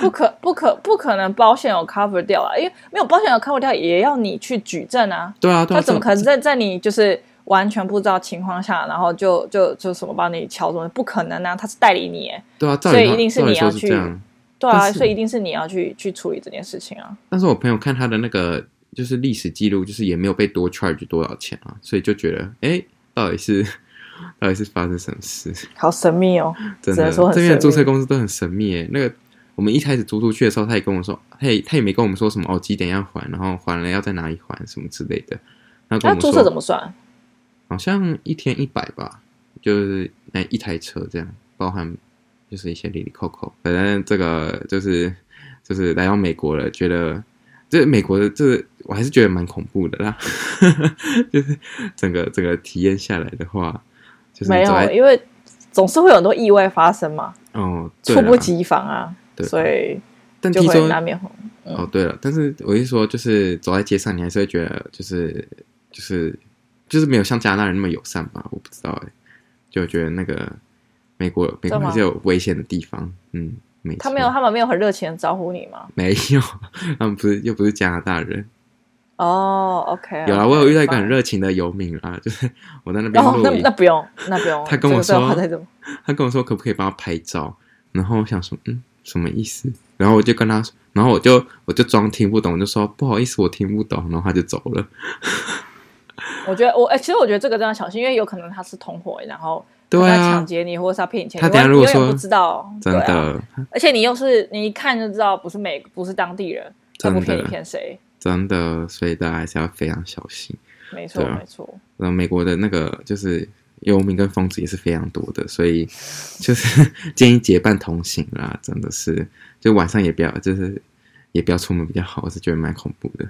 Speaker 3: 不可不可不可能保险有 cover 掉啊，因为没有保险有 cover 掉，也要你去举证啊。
Speaker 2: 对啊，对啊，
Speaker 3: 他怎么
Speaker 2: 这
Speaker 3: 可能在在你就是完全不知道情况下，然后就就就什么帮你敲什么？不可能啊，他是代理你耶，
Speaker 2: 对啊，照
Speaker 3: 所
Speaker 2: 理
Speaker 3: 以
Speaker 2: 说
Speaker 3: 一定是
Speaker 2: 照理
Speaker 3: 你要
Speaker 2: 说是这
Speaker 3: 去
Speaker 2: 样。
Speaker 3: 对啊，
Speaker 2: 但是
Speaker 3: 所以一定是你要去去处理这件事情啊。
Speaker 2: 但是我朋友看他的那个就是历史记录，就是也没有被多 charge 多少钱啊，所以就觉得，哎，到底是 *laughs* 到底是发生什么事？
Speaker 3: 好神秘哦，
Speaker 2: 真
Speaker 3: 只
Speaker 2: 的，
Speaker 3: 能说很
Speaker 2: 这边的
Speaker 3: 神
Speaker 2: 租
Speaker 3: 秘
Speaker 2: 车公司都很神秘诶。那个我们一开始租出去的时候，他也跟我说，他也他也没跟我们说什么哦，几点要还，然后还了要在哪里还什么之类的。然后跟
Speaker 3: 那
Speaker 2: 我们
Speaker 3: 注
Speaker 2: 说，
Speaker 3: 册怎么算？
Speaker 2: 好像一天一百吧，就是那一台车这样，包含就是一些里里扣扣。反正这个就是就是来到美国了，觉得这美国的这我还是觉得蛮恐怖的啦， *laughs* 就是整个整个体验下来的话，就是
Speaker 3: 没
Speaker 2: 你走
Speaker 3: 有，
Speaker 2: 在
Speaker 3: 因为总是会有很多意外发生嘛，
Speaker 2: 哦，对
Speaker 3: 猝不
Speaker 2: 啦，
Speaker 3: 及防啊，
Speaker 2: 对
Speaker 3: 所以
Speaker 2: 但
Speaker 3: 就
Speaker 2: 听
Speaker 3: 会
Speaker 2: 说
Speaker 3: 难免会嗯
Speaker 2: 哦，对了，但是我是说，就是走在街上，你还是会觉得就是就是就是没有像加拿大人那么友善吧？我不知道哎、就觉得那个美国美
Speaker 3: 真的
Speaker 2: 国
Speaker 3: 吗
Speaker 2: 还是有危险的地方，嗯，没
Speaker 3: 他
Speaker 2: 错
Speaker 3: 没有，他们没有很热情的招呼你吗？
Speaker 2: *laughs* 没有，他们不是又不是加拿大人，
Speaker 3: 哦，OK，
Speaker 2: 有啦，
Speaker 3: OK，
Speaker 2: 我有遇到一个很
Speaker 3: fine
Speaker 2: 热情的游民啊， *laughs* 就是我在那边
Speaker 3: 哦，那
Speaker 2: 录影
Speaker 3: 那，不用，那不用。
Speaker 2: 他跟我
Speaker 3: 这个
Speaker 2: 说
Speaker 3: 话再怎么，
Speaker 2: 他跟我说可不可以帮他拍照，然后我想说，嗯，什么意思？然后我就跟他说，然后我就我就装听不懂，我就说不好意思，我听不懂，然后他就走了。
Speaker 3: 我觉得我哎、其实我觉得这个真的要小心，因为有可能他是同伙，然后
Speaker 2: 对
Speaker 3: 他
Speaker 2: 啊，
Speaker 3: 抢劫你，或者是他骗你钱，
Speaker 2: 他
Speaker 3: 你
Speaker 2: 等下
Speaker 3: 完
Speaker 2: 如果
Speaker 3: 你永远
Speaker 2: 说
Speaker 3: 不知道，
Speaker 2: 真
Speaker 3: 对啊，
Speaker 2: 的、
Speaker 3: 而且你又是你一看就知道不是美不是当地人，他
Speaker 2: 真
Speaker 3: 不
Speaker 2: 的
Speaker 3: 骗你骗谁？
Speaker 2: 真的，所以大家还是要非常小心。
Speaker 3: 没错、
Speaker 2: 对啊
Speaker 3: 没错，
Speaker 2: 然后美国的那个就是游民跟疯子也是非常多的，所以就是建议结伴同行啦，真的是就晚上也不要就是也不要出门比较好，我是觉得蛮恐怖的。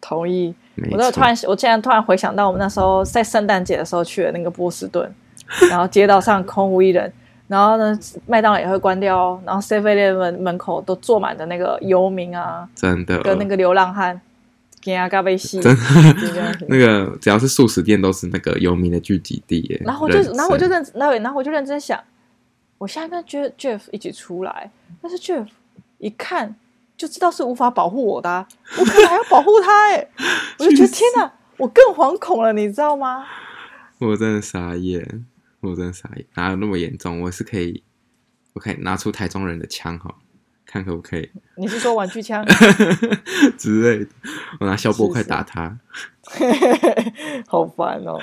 Speaker 3: 同意。
Speaker 2: 没
Speaker 3: 我都有突
Speaker 2: 错，
Speaker 3: 然，我竟然突然回想到我们那时候在圣诞节的时候去的那个波士顿， *laughs* 然后街道上空无一人，然后呢，麦当劳也会关掉哦，然后 Seven Eleven 门口都坐满的那个游民啊，
Speaker 2: 真的
Speaker 3: 跟那个流浪汉，给阿嘎被戏，
Speaker 2: 呃真
Speaker 3: 就这样
Speaker 2: 的 *laughs*
Speaker 3: 子
Speaker 2: 那个只要是素食店都是那个游民的聚集地耶。
Speaker 3: 然后我就
Speaker 2: 认识
Speaker 3: 然后我就认真，然后然后我就认真想，我现在跟 Jeff Jeff 一起出来，但是 Jeff 一看就知道是无法保护我的啊、我可能还要保护他哎、
Speaker 2: *laughs*
Speaker 3: 我就觉得天哪，我更惶恐了，你知道吗？
Speaker 2: 我真的傻眼，我真的傻眼，哪有那么严重？我是可以，我可以拿出台中人的枪哈，看可不可以。
Speaker 3: 你是说玩具枪？ *laughs*
Speaker 2: 之类的，我拿消波块打他，
Speaker 3: 好烦哦！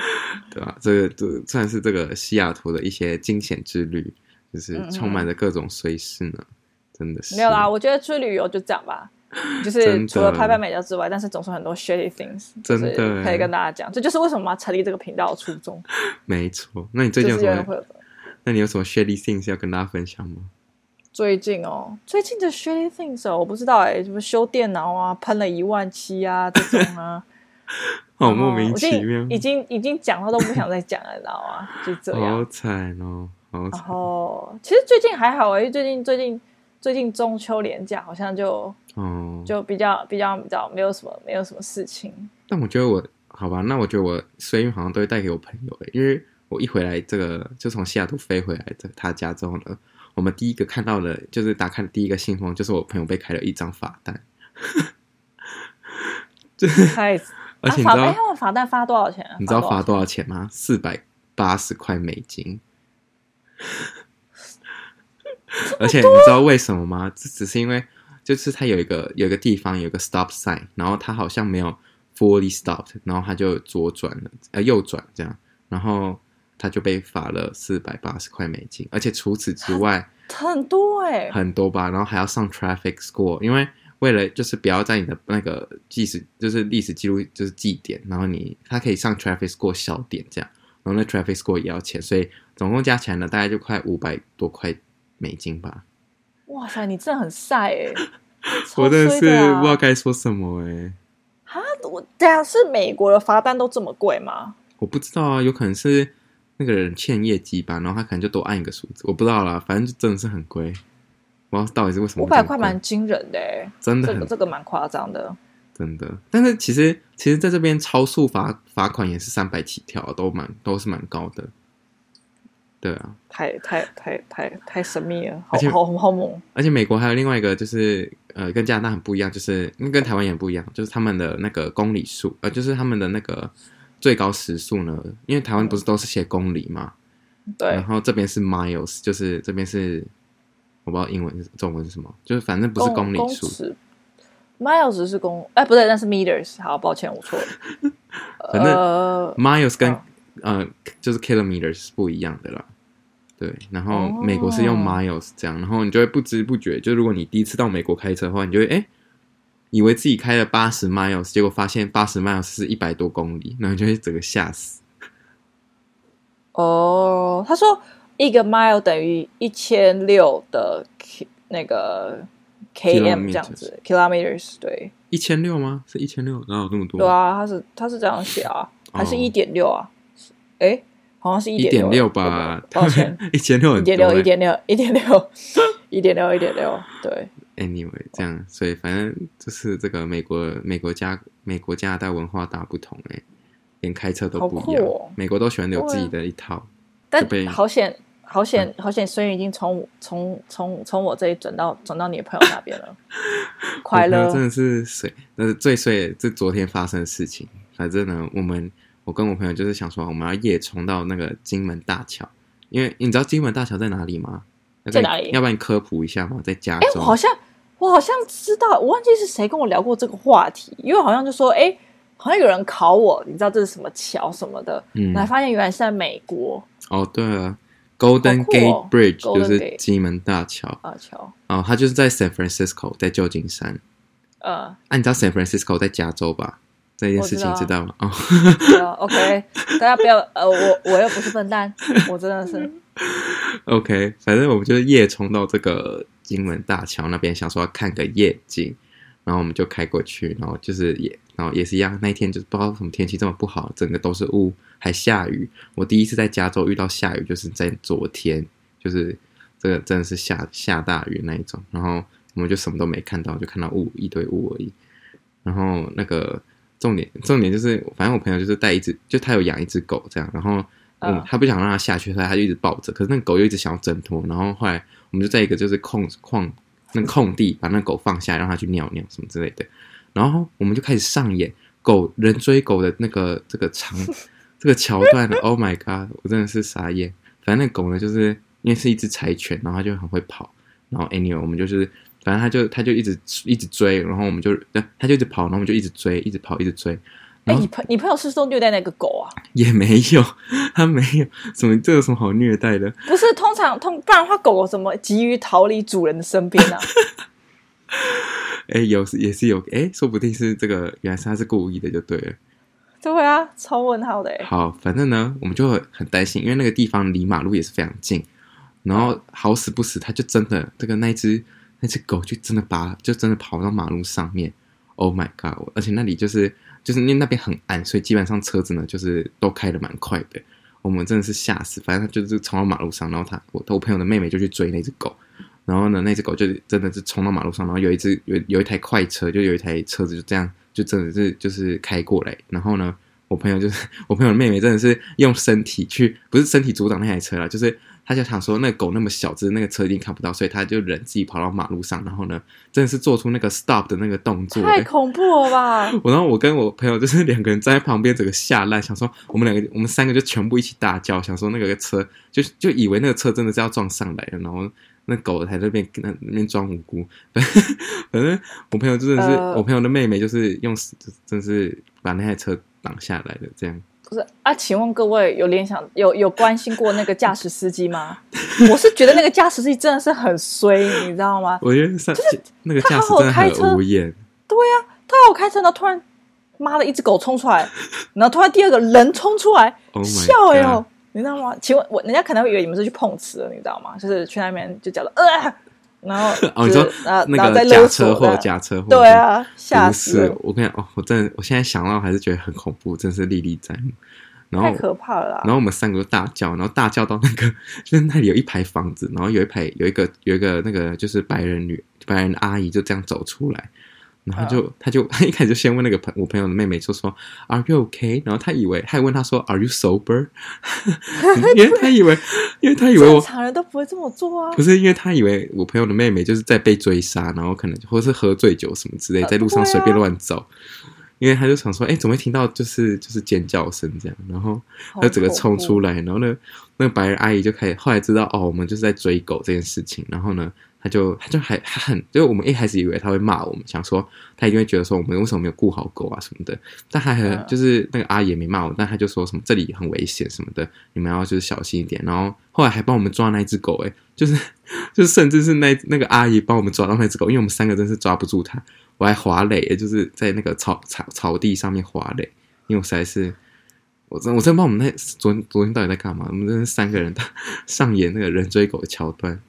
Speaker 2: 对吧、这个这个算是这个西雅图的一些惊险之旅，就是
Speaker 3: 嗯嗯
Speaker 2: 充满着各种随事呢，真的是
Speaker 3: 没有啦，，我觉得去旅游就这样吧。就是
Speaker 2: 真的
Speaker 3: 除了拍拍美照之外，但是总是很多 shitty things，就
Speaker 2: 真
Speaker 3: 是
Speaker 2: 的
Speaker 3: 可以跟大家讲，这就是为什么我要成立这个频道的初衷，
Speaker 2: 没错。那你最
Speaker 3: 就
Speaker 2: 近有
Speaker 3: 是
Speaker 2: 什
Speaker 3: 有人
Speaker 2: 么？
Speaker 3: 会有
Speaker 2: 那你有什么 shady things 要跟大家分享吗？ *laughs*
Speaker 3: 最近哦，最近的 shitty things 哦，我不知道哎，什么修电脑啊，喷了一万七啊这种啊，
Speaker 2: *laughs* 好莫名其
Speaker 3: 哦我
Speaker 2: 妙
Speaker 3: 就，已经已经讲到都不想再讲了，你知道吗？就这样。
Speaker 2: 好惨哦，好
Speaker 3: 然
Speaker 2: 惨。
Speaker 3: 后其实最近还好哎、因为最近最近最近中秋连假好像就
Speaker 2: 哦，
Speaker 3: 就比较比较比较没有什么没有什么
Speaker 2: *laughs*
Speaker 3: 事情。
Speaker 2: 但我觉得我好吧，那我觉得我衰运好像都会带给我朋友欸，因为我一回来这个就从西雅图飞回来的他家之后呢，我们第一个看到的就是打开的第一个信封，就是我朋友被开了一张罚单，
Speaker 3: 太
Speaker 2: 而且你知
Speaker 3: 啊、罚哎
Speaker 2: 道
Speaker 3: 他们罚单发多少钱啊？
Speaker 2: 你知道罚
Speaker 3: 罚
Speaker 2: 多少钱吗？四百八十块美金。而且你知道为什么吗？这只是因为，就是它有一个有一个地方有一个 stop sign，然后它好像没有 fully stopped，然后它就左转了，呃右转这样，然后他就被罚了四百八十块美金，而且除此之外，
Speaker 3: 很多哎、
Speaker 2: 很多吧，然后还要上 traffic score，因为为了就是不要在你的那个计时就是历史记录就是记点，然后你它可以上 traffic score 小点这样，然后那 traffic score 也要钱，所以总共加起来呢大概就快五百多块美金吧。
Speaker 3: 哇塞，你真的很晒哎、超
Speaker 2: *laughs* 我真的
Speaker 3: 衰
Speaker 2: 是
Speaker 3: 啊
Speaker 2: 不知道该说什么哎、
Speaker 3: 哈，我对啊，是美国的罚单都这么贵吗？
Speaker 2: 我不知道啊，有可能是那个人欠业绩吧，然后他可能就多按一个数字，我不知道啦，反正就真的是很贵。我不知道到底是为什么
Speaker 3: 五
Speaker 2: 会这
Speaker 3: 百
Speaker 2: 么
Speaker 3: 块
Speaker 2: 贵
Speaker 3: 蛮惊人的哎、
Speaker 2: 真的
Speaker 3: 这
Speaker 2: 很
Speaker 3: 个这个蛮夸张的。
Speaker 2: 真的，但是其实其实在这边超速罚罚款也是三百起跳，都蛮都是蛮高的。对啊，
Speaker 3: 太太太太太神秘了，好
Speaker 2: 而且
Speaker 3: 好好猛！
Speaker 2: 而且美国还有另外一个就是呃，跟加拿大很不一样，就是因为跟台湾也不一样，就是他们的那个公里数，呃，就是他们的那个最高时速呢，因为台湾不是都是写公里嘛，然
Speaker 3: 对，
Speaker 2: 后这边是 miles，就是这边是我不知道英文是中文是什么，就是反正不是公里数，
Speaker 3: 尺，miles 是公，哎，不对，那是 meters。好，抱歉，我错了。
Speaker 2: 反正
Speaker 3: 呃，
Speaker 2: miles 跟、
Speaker 3: 哦
Speaker 2: 呃就是 kilometers 是不一样的啦。对，然后
Speaker 3: 哦
Speaker 2: 美国是用 miles 这样，然后你就会不知不觉，就如果你第一次到美国开车的话，你就会哎，诶以为自己开了八十 miles，结果发现八十 miles 是一百多公里，然后你就会整个吓死。
Speaker 3: 哦，他说一个 mile 等于一千六的 k 那个 km 这样子，kilometers 对
Speaker 2: 一千六吗？是一千六？哪有那么多？
Speaker 3: 对，啊，他是他是这样写啊，还是
Speaker 2: 哦
Speaker 3: 一点六啊？哎，好像是一
Speaker 2: 一
Speaker 3: 点
Speaker 2: 点六吧，
Speaker 3: 抱歉，
Speaker 2: 一千六
Speaker 3: 一
Speaker 2: *laughs* 很多、
Speaker 3: 点六，一
Speaker 2: 欸。
Speaker 3: 点六，一点六， *laughs* 一点六，一点六，对。
Speaker 2: Anyway，这样，所以反正就是这个美国、美国加美国加拿大文化大不同哎、诶连开车都
Speaker 3: 好
Speaker 2: 不
Speaker 3: 酷
Speaker 2: 一样。
Speaker 3: 哦
Speaker 2: 美国都喜欢有自己
Speaker 3: 对
Speaker 2: 的一套。
Speaker 3: 但
Speaker 2: 就被
Speaker 3: 好险，好险，
Speaker 2: 嗯
Speaker 3: 好险！孙宇已经从我从从从我这里转到转到你的朋友那边
Speaker 2: *laughs*
Speaker 3: 了，快
Speaker 2: 我朋
Speaker 3: 乐
Speaker 2: 友真的是水，那是最碎的，这昨天发生的事情。反正呢，我们我跟我朋友就是想说，我们要夜冲到那个金门大桥，因为你知道金门大桥在哪里吗？要
Speaker 3: 在
Speaker 2: 跟
Speaker 3: 哪里
Speaker 2: 要不然你科普一下嘛，在加
Speaker 3: 哎、
Speaker 2: 州。
Speaker 3: 我好像我好像知道，我忘记是谁跟我聊过这个话题，因为好像就说，哎、好像有人考我，你知道这是什么桥什么的，
Speaker 2: 嗯
Speaker 3: 来、，发现原来是在美国
Speaker 2: 哦对了，Golden
Speaker 3: 好酷哦
Speaker 2: Gate Bridge、
Speaker 3: Golden
Speaker 2: 就是
Speaker 3: Gate
Speaker 2: 金门大桥
Speaker 3: 啊桥，
Speaker 2: 哦，它就是在 San Francisco，在旧金山。
Speaker 3: 呃，
Speaker 2: 啊，你知道 San Francisco 在加州吧？这件事情
Speaker 3: 我
Speaker 2: 知
Speaker 3: 知道
Speaker 2: 道吗？哦，
Speaker 3: 对啊 OK，大家不要，呃，我我又不是笨蛋，我真的是
Speaker 2: 哦 OK，反正我们就是夜冲到这个金门大桥那边，想说要看个夜景，然后我们就开过去，然后就是也，然后也是一样，那一天就是不知道什么天气这么不好，整个都是雾，还下雨。我第一次在加州遇到下雨，就是在昨天，就是这个真的是下下大雨那一种，然后我们就什么都没看到，就看到雾一堆雾而已。然后那个重点重点就是，反正我朋友就是带一只，就他有养一只狗这样，然后嗯，
Speaker 3: 嗯
Speaker 2: 他不想让它下去，所以他就一直抱着，可是那个狗又一直想要挣脱，然后后来我们就在一个就是空空那个空地把那个狗放下，让它去尿尿什么之类的，然后我们就开始上演狗人追狗的那个这个长这个桥段了，Oh my god，我真的是傻眼。反正那狗呢，就是因为是一只柴犬，然后它就很会跑，然后 anyway 我们就是，反正它就它就一直一直追，然后我们就对它就一直跑，然后我们就一直追，一直跑，一直追，
Speaker 3: 哎、
Speaker 2: 然后
Speaker 3: 你朋你朋友是不是都虐待那个狗啊？
Speaker 2: 也没有，它没有什么，这有什么好虐待的？
Speaker 3: 不是，通常通不然的话，狗狗怎么急于逃离主人的身边啊？
Speaker 2: 哎，有时也是有，哎，说不定是这个，原来是它是故意的，就对了。
Speaker 3: *laughs* 对啊，超问号的哎、
Speaker 2: 好，反正呢，我们就很担心，因为那个地方离马路也是非常近，然后好死不死，它就真的这个那一只那只狗就真的把就真的跑到马路上面。 Oh my god！而且那里就是就是因为那边很暗，所以基本上车子呢就是都开的蛮快的。我们真的是吓死，反正他就是冲到马路上，然后他我我朋友的妹妹就去追那只狗，然后呢那只狗就真的是冲到马路上，然后有一只有有一台快车，就有一台车子就这样就真的是就是开过来，然后呢我朋友就是 *laughs* 我朋友的妹妹真的是用身体去不是身体阻挡那台车啦，就是他就想说那个狗那么小只，那个车一定看不到，所以他就人自己跑到马路上，然后呢真的是做出那个 stop 的那个动作、
Speaker 3: 欸太恐怖了吧！
Speaker 2: *laughs* 我然后我跟我朋友就是两个人站在旁边，整个吓烂，想说我们两个我们三个就全部一起大叫，想说那个车就就以为那个车真的是要撞上来了，然后那狗还在那边那那边装无辜，反正反正我朋友就真的是、
Speaker 3: 呃
Speaker 2: 我朋友的妹妹，就是用真是把那台车挡下来的这样。
Speaker 3: 不是啊，请问各位有联想有有关心过那个驾驶司机吗？我是觉得那个驾驶司机真的是很衰，你知道吗？
Speaker 2: 我觉得上、那个
Speaker 3: 他
Speaker 2: 驾驶
Speaker 3: 好
Speaker 2: 真的
Speaker 3: 开车
Speaker 2: 很无言，
Speaker 3: 对呀、他要我开车呢，突然妈的一只狗冲出来，然后突然第二个人冲出来
Speaker 2: Oh my
Speaker 3: 笑哎呦
Speaker 2: God，
Speaker 3: 你知道吗？请问我人家可能会以为你们是去碰瓷的，你知道吗？就是去那边就叫了呃，然后
Speaker 2: *laughs* 哦，你
Speaker 3: 就
Speaker 2: 说
Speaker 3: 是呃，然
Speaker 2: 那
Speaker 3: 后再
Speaker 2: 个
Speaker 3: 勒
Speaker 2: 假
Speaker 3: 索
Speaker 2: 车祸，
Speaker 3: 的
Speaker 2: 假车祸，
Speaker 3: 对啊，吓
Speaker 2: 不
Speaker 3: 死
Speaker 2: 是
Speaker 3: 了，，
Speaker 2: 我跟你讲哦，我真的，我现在想到还是觉得很恐怖，真是历历在目。然
Speaker 3: 太
Speaker 2: 后，
Speaker 3: 可怕了啦
Speaker 2: 哦然后我们三个就大叫，然后大叫到那个，就是那里有一排房子，然后有一排有一个有一个那个就是白人女白人阿姨就这样走出来，然后
Speaker 3: 嗯
Speaker 2: 就、她就她一开始就先问那个朋我朋友的妹妹就说 Are you okay？然后她以为她还问她说 Are you sober？因为她以为因为她以为
Speaker 3: 正
Speaker 2: 我
Speaker 3: 常人都不会这么做啊
Speaker 2: 不。是因为他以为我朋友的妹妹就是在被追杀，然后可能或是喝醉酒什么之类，在路上
Speaker 3: 对啊
Speaker 2: 随便乱走。因为他就想说，哎、怎么会听到就是就是尖叫声这样？然后 *laughs*
Speaker 3: 好
Speaker 2: 他整个冲
Speaker 3: 恐
Speaker 2: 出来，然后呢，那个白人阿姨就开始后来知道哦，我们就是在追狗这件事情。然后呢，他就他就还他很，就我们一开始以为他会骂我们，想说他一定会觉得说我们为什么没有顾好狗啊什么的。但他还
Speaker 3: 嗯
Speaker 2: 就是那个阿姨也没骂我，但他就说什么这里很危险什么的，你们要就是小心一点。然后后来还帮我们抓那一只狗、欸，就是 *laughs* 就是甚至是那那个阿姨帮我们抓到那只狗，因为我们三个真是抓不住它。我还滑垒，欸就是在那个草草草地上面滑垒，因为我实在是。我真我真不知道我们那昨天昨天到底在干嘛，我们真是三个人 *laughs* 上演那个人追狗的桥段。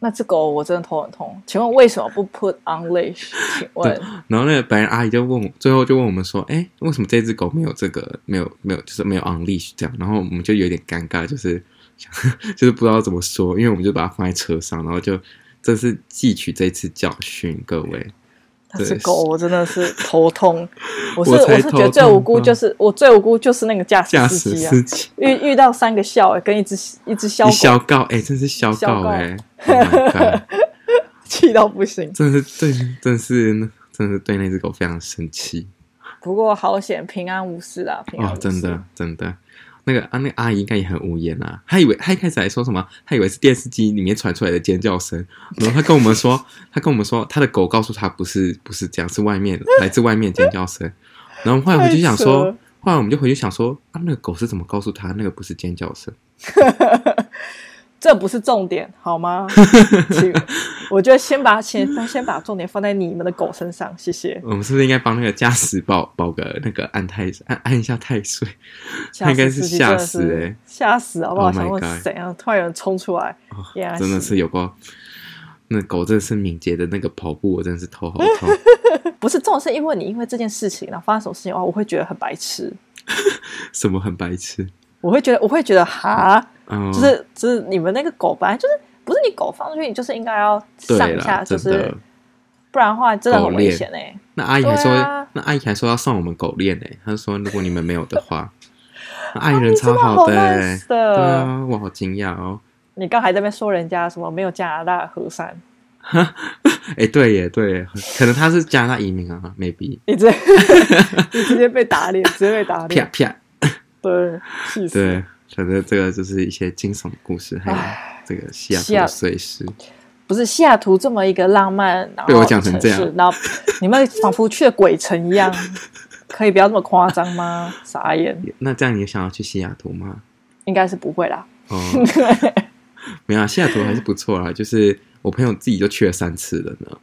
Speaker 3: 那只狗我真的头很痛，请问为什么不 put on leash？请问
Speaker 2: 然后那个白人阿姨就问我，最后就问我们说：“哎、为什么这只狗没有这个没有没有就是没有 on leash 这样？”然后我们就有点尴尬，就是 *laughs* 想就是不知道怎么说，因为我们就把它放在车上，然后就这是汲取这次教训，各位。
Speaker 3: 那只狗我真的是头
Speaker 2: *laughs*
Speaker 3: 痛，我是
Speaker 2: 我
Speaker 3: 我
Speaker 2: 才
Speaker 3: 是觉得
Speaker 2: 头
Speaker 3: 最
Speaker 2: 痛
Speaker 3: 无辜
Speaker 2: 吧
Speaker 3: 就是我最无辜就是那个驾驶
Speaker 2: 驾
Speaker 3: 司
Speaker 2: 驶
Speaker 3: 机啊，
Speaker 2: 司机，
Speaker 3: 遇遇到三个笑、欸、跟一只一只小
Speaker 2: 你
Speaker 3: 啊狗，
Speaker 2: 小告哎、真是小
Speaker 3: 小
Speaker 2: 告
Speaker 3: 告
Speaker 2: 哎、o h my god，
Speaker 3: 气到不行。
Speaker 2: 真的是对，真的是真的是对那只狗非常生气。
Speaker 3: 不过好险，平安无事啦，平安
Speaker 2: 哦
Speaker 3: 无，事。
Speaker 2: 真的真的，那个啊，那个阿姨应该也很无言啊。她以为她一开始还说什么，她以为是电视机里面传出来的尖叫声，然后她跟我们说，她跟我们说，她的狗告诉她不是不是这样，是外面来自外面的尖叫声。然后后来我们就想
Speaker 3: 太扯
Speaker 2: 说
Speaker 3: 了，
Speaker 2: 后来我们就回去想说，啊，那个狗是怎么告诉她那个不是尖叫声？
Speaker 3: 这不是重点
Speaker 2: *laughs*
Speaker 3: 好吗？请我觉得先把先先把重点放在你们的狗身上，谢谢。
Speaker 2: 我们是不是应该帮那个驾驶报报个那个按太按按一下太岁？
Speaker 3: 吓
Speaker 2: 他应该
Speaker 3: 死
Speaker 2: 是
Speaker 3: 司机
Speaker 2: 吓
Speaker 3: 真的
Speaker 2: 死
Speaker 3: 是
Speaker 2: 欸
Speaker 3: 吓死好不好
Speaker 2: Oh my
Speaker 3: 想问
Speaker 2: God
Speaker 3: 怎样？突然有人冲出来，
Speaker 2: 哦
Speaker 3: Yeah，
Speaker 2: 真的
Speaker 3: 是
Speaker 2: 是有过。那狗真的是敏捷的那个跑步，我真的是头好
Speaker 3: *laughs*
Speaker 2: 痛。
Speaker 3: 不是重点是因为你因为这件事情，然后发生什么事情的话，哦我会觉得很白痴，
Speaker 2: 什么很白痴？
Speaker 3: 我会觉得我会觉得哈，
Speaker 2: 嗯，
Speaker 3: 就是就是你们那个狗本来就是不是你狗放出去，你就是应该要
Speaker 2: 对
Speaker 3: 上
Speaker 2: 啦
Speaker 3: 下，就
Speaker 2: 真
Speaker 3: 是
Speaker 2: 的。
Speaker 3: 不然的话真的很
Speaker 2: 狗
Speaker 3: 危
Speaker 2: 链
Speaker 3: 险哎。
Speaker 2: 那阿姨还说，
Speaker 3: 对啊
Speaker 2: 那阿姨还说要送我们狗链呢、欸她说如果你们没有的
Speaker 3: *laughs*
Speaker 2: 话，那阿姨人
Speaker 3: 你
Speaker 2: 超
Speaker 3: 真的
Speaker 2: 好
Speaker 3: 好
Speaker 2: 的、欸，
Speaker 3: nice
Speaker 2: 对
Speaker 3: 的
Speaker 2: 啊，我好惊讶哦。
Speaker 3: 你刚还在那边说人家什么没有加拿大和善，
Speaker 2: 哎、对耶，对耶，可能她是加拿大移民啊，maybe。
Speaker 3: *laughs* 你直接你直接被打脸，直接被
Speaker 2: 啪
Speaker 3: 打脸，
Speaker 2: 啪，
Speaker 3: 对，气死
Speaker 2: 对，反正这个就是一些惊悚故事，还有
Speaker 3: 唉
Speaker 2: 这个西雅图
Speaker 3: 西雅
Speaker 2: 的碎尸。
Speaker 3: 不是西雅图这么一个浪漫，然后
Speaker 2: 被我讲成这样
Speaker 3: 城市然后你们仿佛去了鬼城一样，可以不要那么夸张吗？傻眼，
Speaker 2: 那这样你想要去西雅图吗？
Speaker 3: 应该是不会啦。
Speaker 2: 哦，
Speaker 3: *laughs*
Speaker 2: 没有、啊，西雅图还是不错啦。就是我朋友自己就去了三次了呢，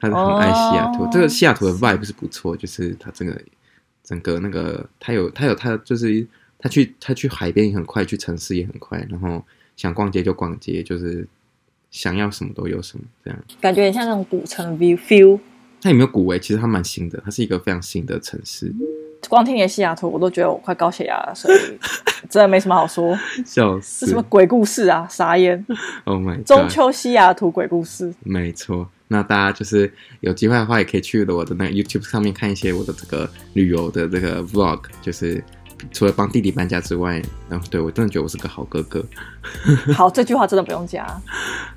Speaker 2: 他很爱西雅图。
Speaker 3: 哦
Speaker 2: 这个西雅图的 vibe 是不错，就是他整个整个那个，他有他有他就是他去他去海边也很快，去城市也很快，然后想逛街就逛街，就是想要什么都有什么这样。
Speaker 3: 感觉很像那种古城 view feel，
Speaker 2: 它有没有古为？其实它蛮新的，它是一个非常新的城市。
Speaker 3: 嗯光听你的西雅图，我都觉得我快高血压了，所以
Speaker 2: *laughs*
Speaker 3: 真的没什么好说。
Speaker 2: 笑
Speaker 3: 是
Speaker 2: 死
Speaker 3: 什么鬼故事啊？傻眼！
Speaker 2: ！Oh my god！
Speaker 3: 中秋西雅图鬼故
Speaker 2: *laughs*
Speaker 3: 事，
Speaker 2: 没错，那大家就是有机会的话，也可以去我的那个 YouTube 上面看一些我的这个旅游的这个 Vlog，就是除了帮弟弟搬家之外，然后对我真的觉得我是个好哥哥。
Speaker 3: 好，这句话真的不用加。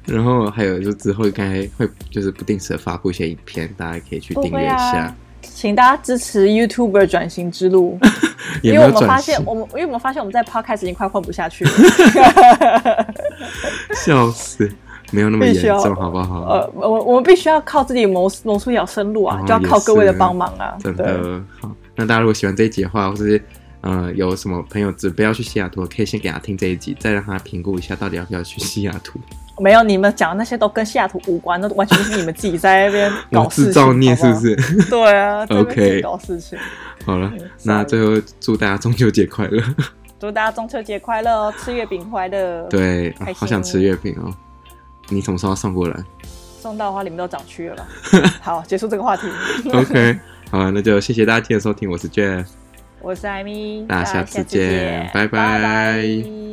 Speaker 2: 然后还有就之后应该会就是不定时的发布一些影片，大家也可以去
Speaker 3: 不
Speaker 2: 订阅
Speaker 3: 会
Speaker 2: 一下。
Speaker 3: 啊，请大家支持 YouTuber 转型之路，
Speaker 2: 也
Speaker 3: 因
Speaker 2: 没
Speaker 3: 为我
Speaker 2: 有
Speaker 3: 们
Speaker 2: 转
Speaker 3: 发
Speaker 2: 型
Speaker 3: 现，，我们因为我们发现我们在 Podcast 已经快混不下去
Speaker 2: *laughs*
Speaker 3: 了。
Speaker 2: 笑死，没有那么
Speaker 3: 必
Speaker 2: 严
Speaker 3: 须要
Speaker 2: 重，好不好？
Speaker 3: 呃，我我们必须要靠自己谋谋出一条生路啊，
Speaker 2: 哦
Speaker 3: 就要靠各位的帮忙啊。
Speaker 2: 真
Speaker 3: 对，
Speaker 2: 的好。那大家如果喜欢这一集的话，或是呃有什么朋友准备要去西雅图，可以先给他听这一集，再让他评估一下到底要不要去西雅图。
Speaker 3: 没有你们讲的那些都跟西雅图无关，那完全是你们自己在那边
Speaker 2: 我
Speaker 3: 搞
Speaker 2: 自
Speaker 3: 事情，
Speaker 2: 造孽是不
Speaker 3: 好
Speaker 2: 是？ *laughs*
Speaker 3: 不好？对啊
Speaker 2: OK
Speaker 3: 这边自己搞事情。
Speaker 2: 好了
Speaker 3: 嗯，
Speaker 2: 那
Speaker 3: sorry
Speaker 2: 最后祝大家中秋节快
Speaker 3: *laughs*
Speaker 2: 乐。
Speaker 3: 祝大家中秋节快乐哦，吃月饼快
Speaker 2: *laughs*
Speaker 3: 乐。，
Speaker 2: 对，
Speaker 3: 开
Speaker 2: 啊
Speaker 3: 心
Speaker 2: 好想吃月饼哦。你什么时候要送过
Speaker 3: *laughs*
Speaker 2: 来
Speaker 3: 送到的话你们都长蛆了
Speaker 2: *laughs*
Speaker 3: 吧？好，结束这个话题。 *laughs*
Speaker 2: ？OK，好了，那就谢谢大家今天的收听，我是 Jeff。
Speaker 3: 我是艾米，
Speaker 2: 大家下次
Speaker 3: 次
Speaker 2: 见拜拜
Speaker 3: 拜拜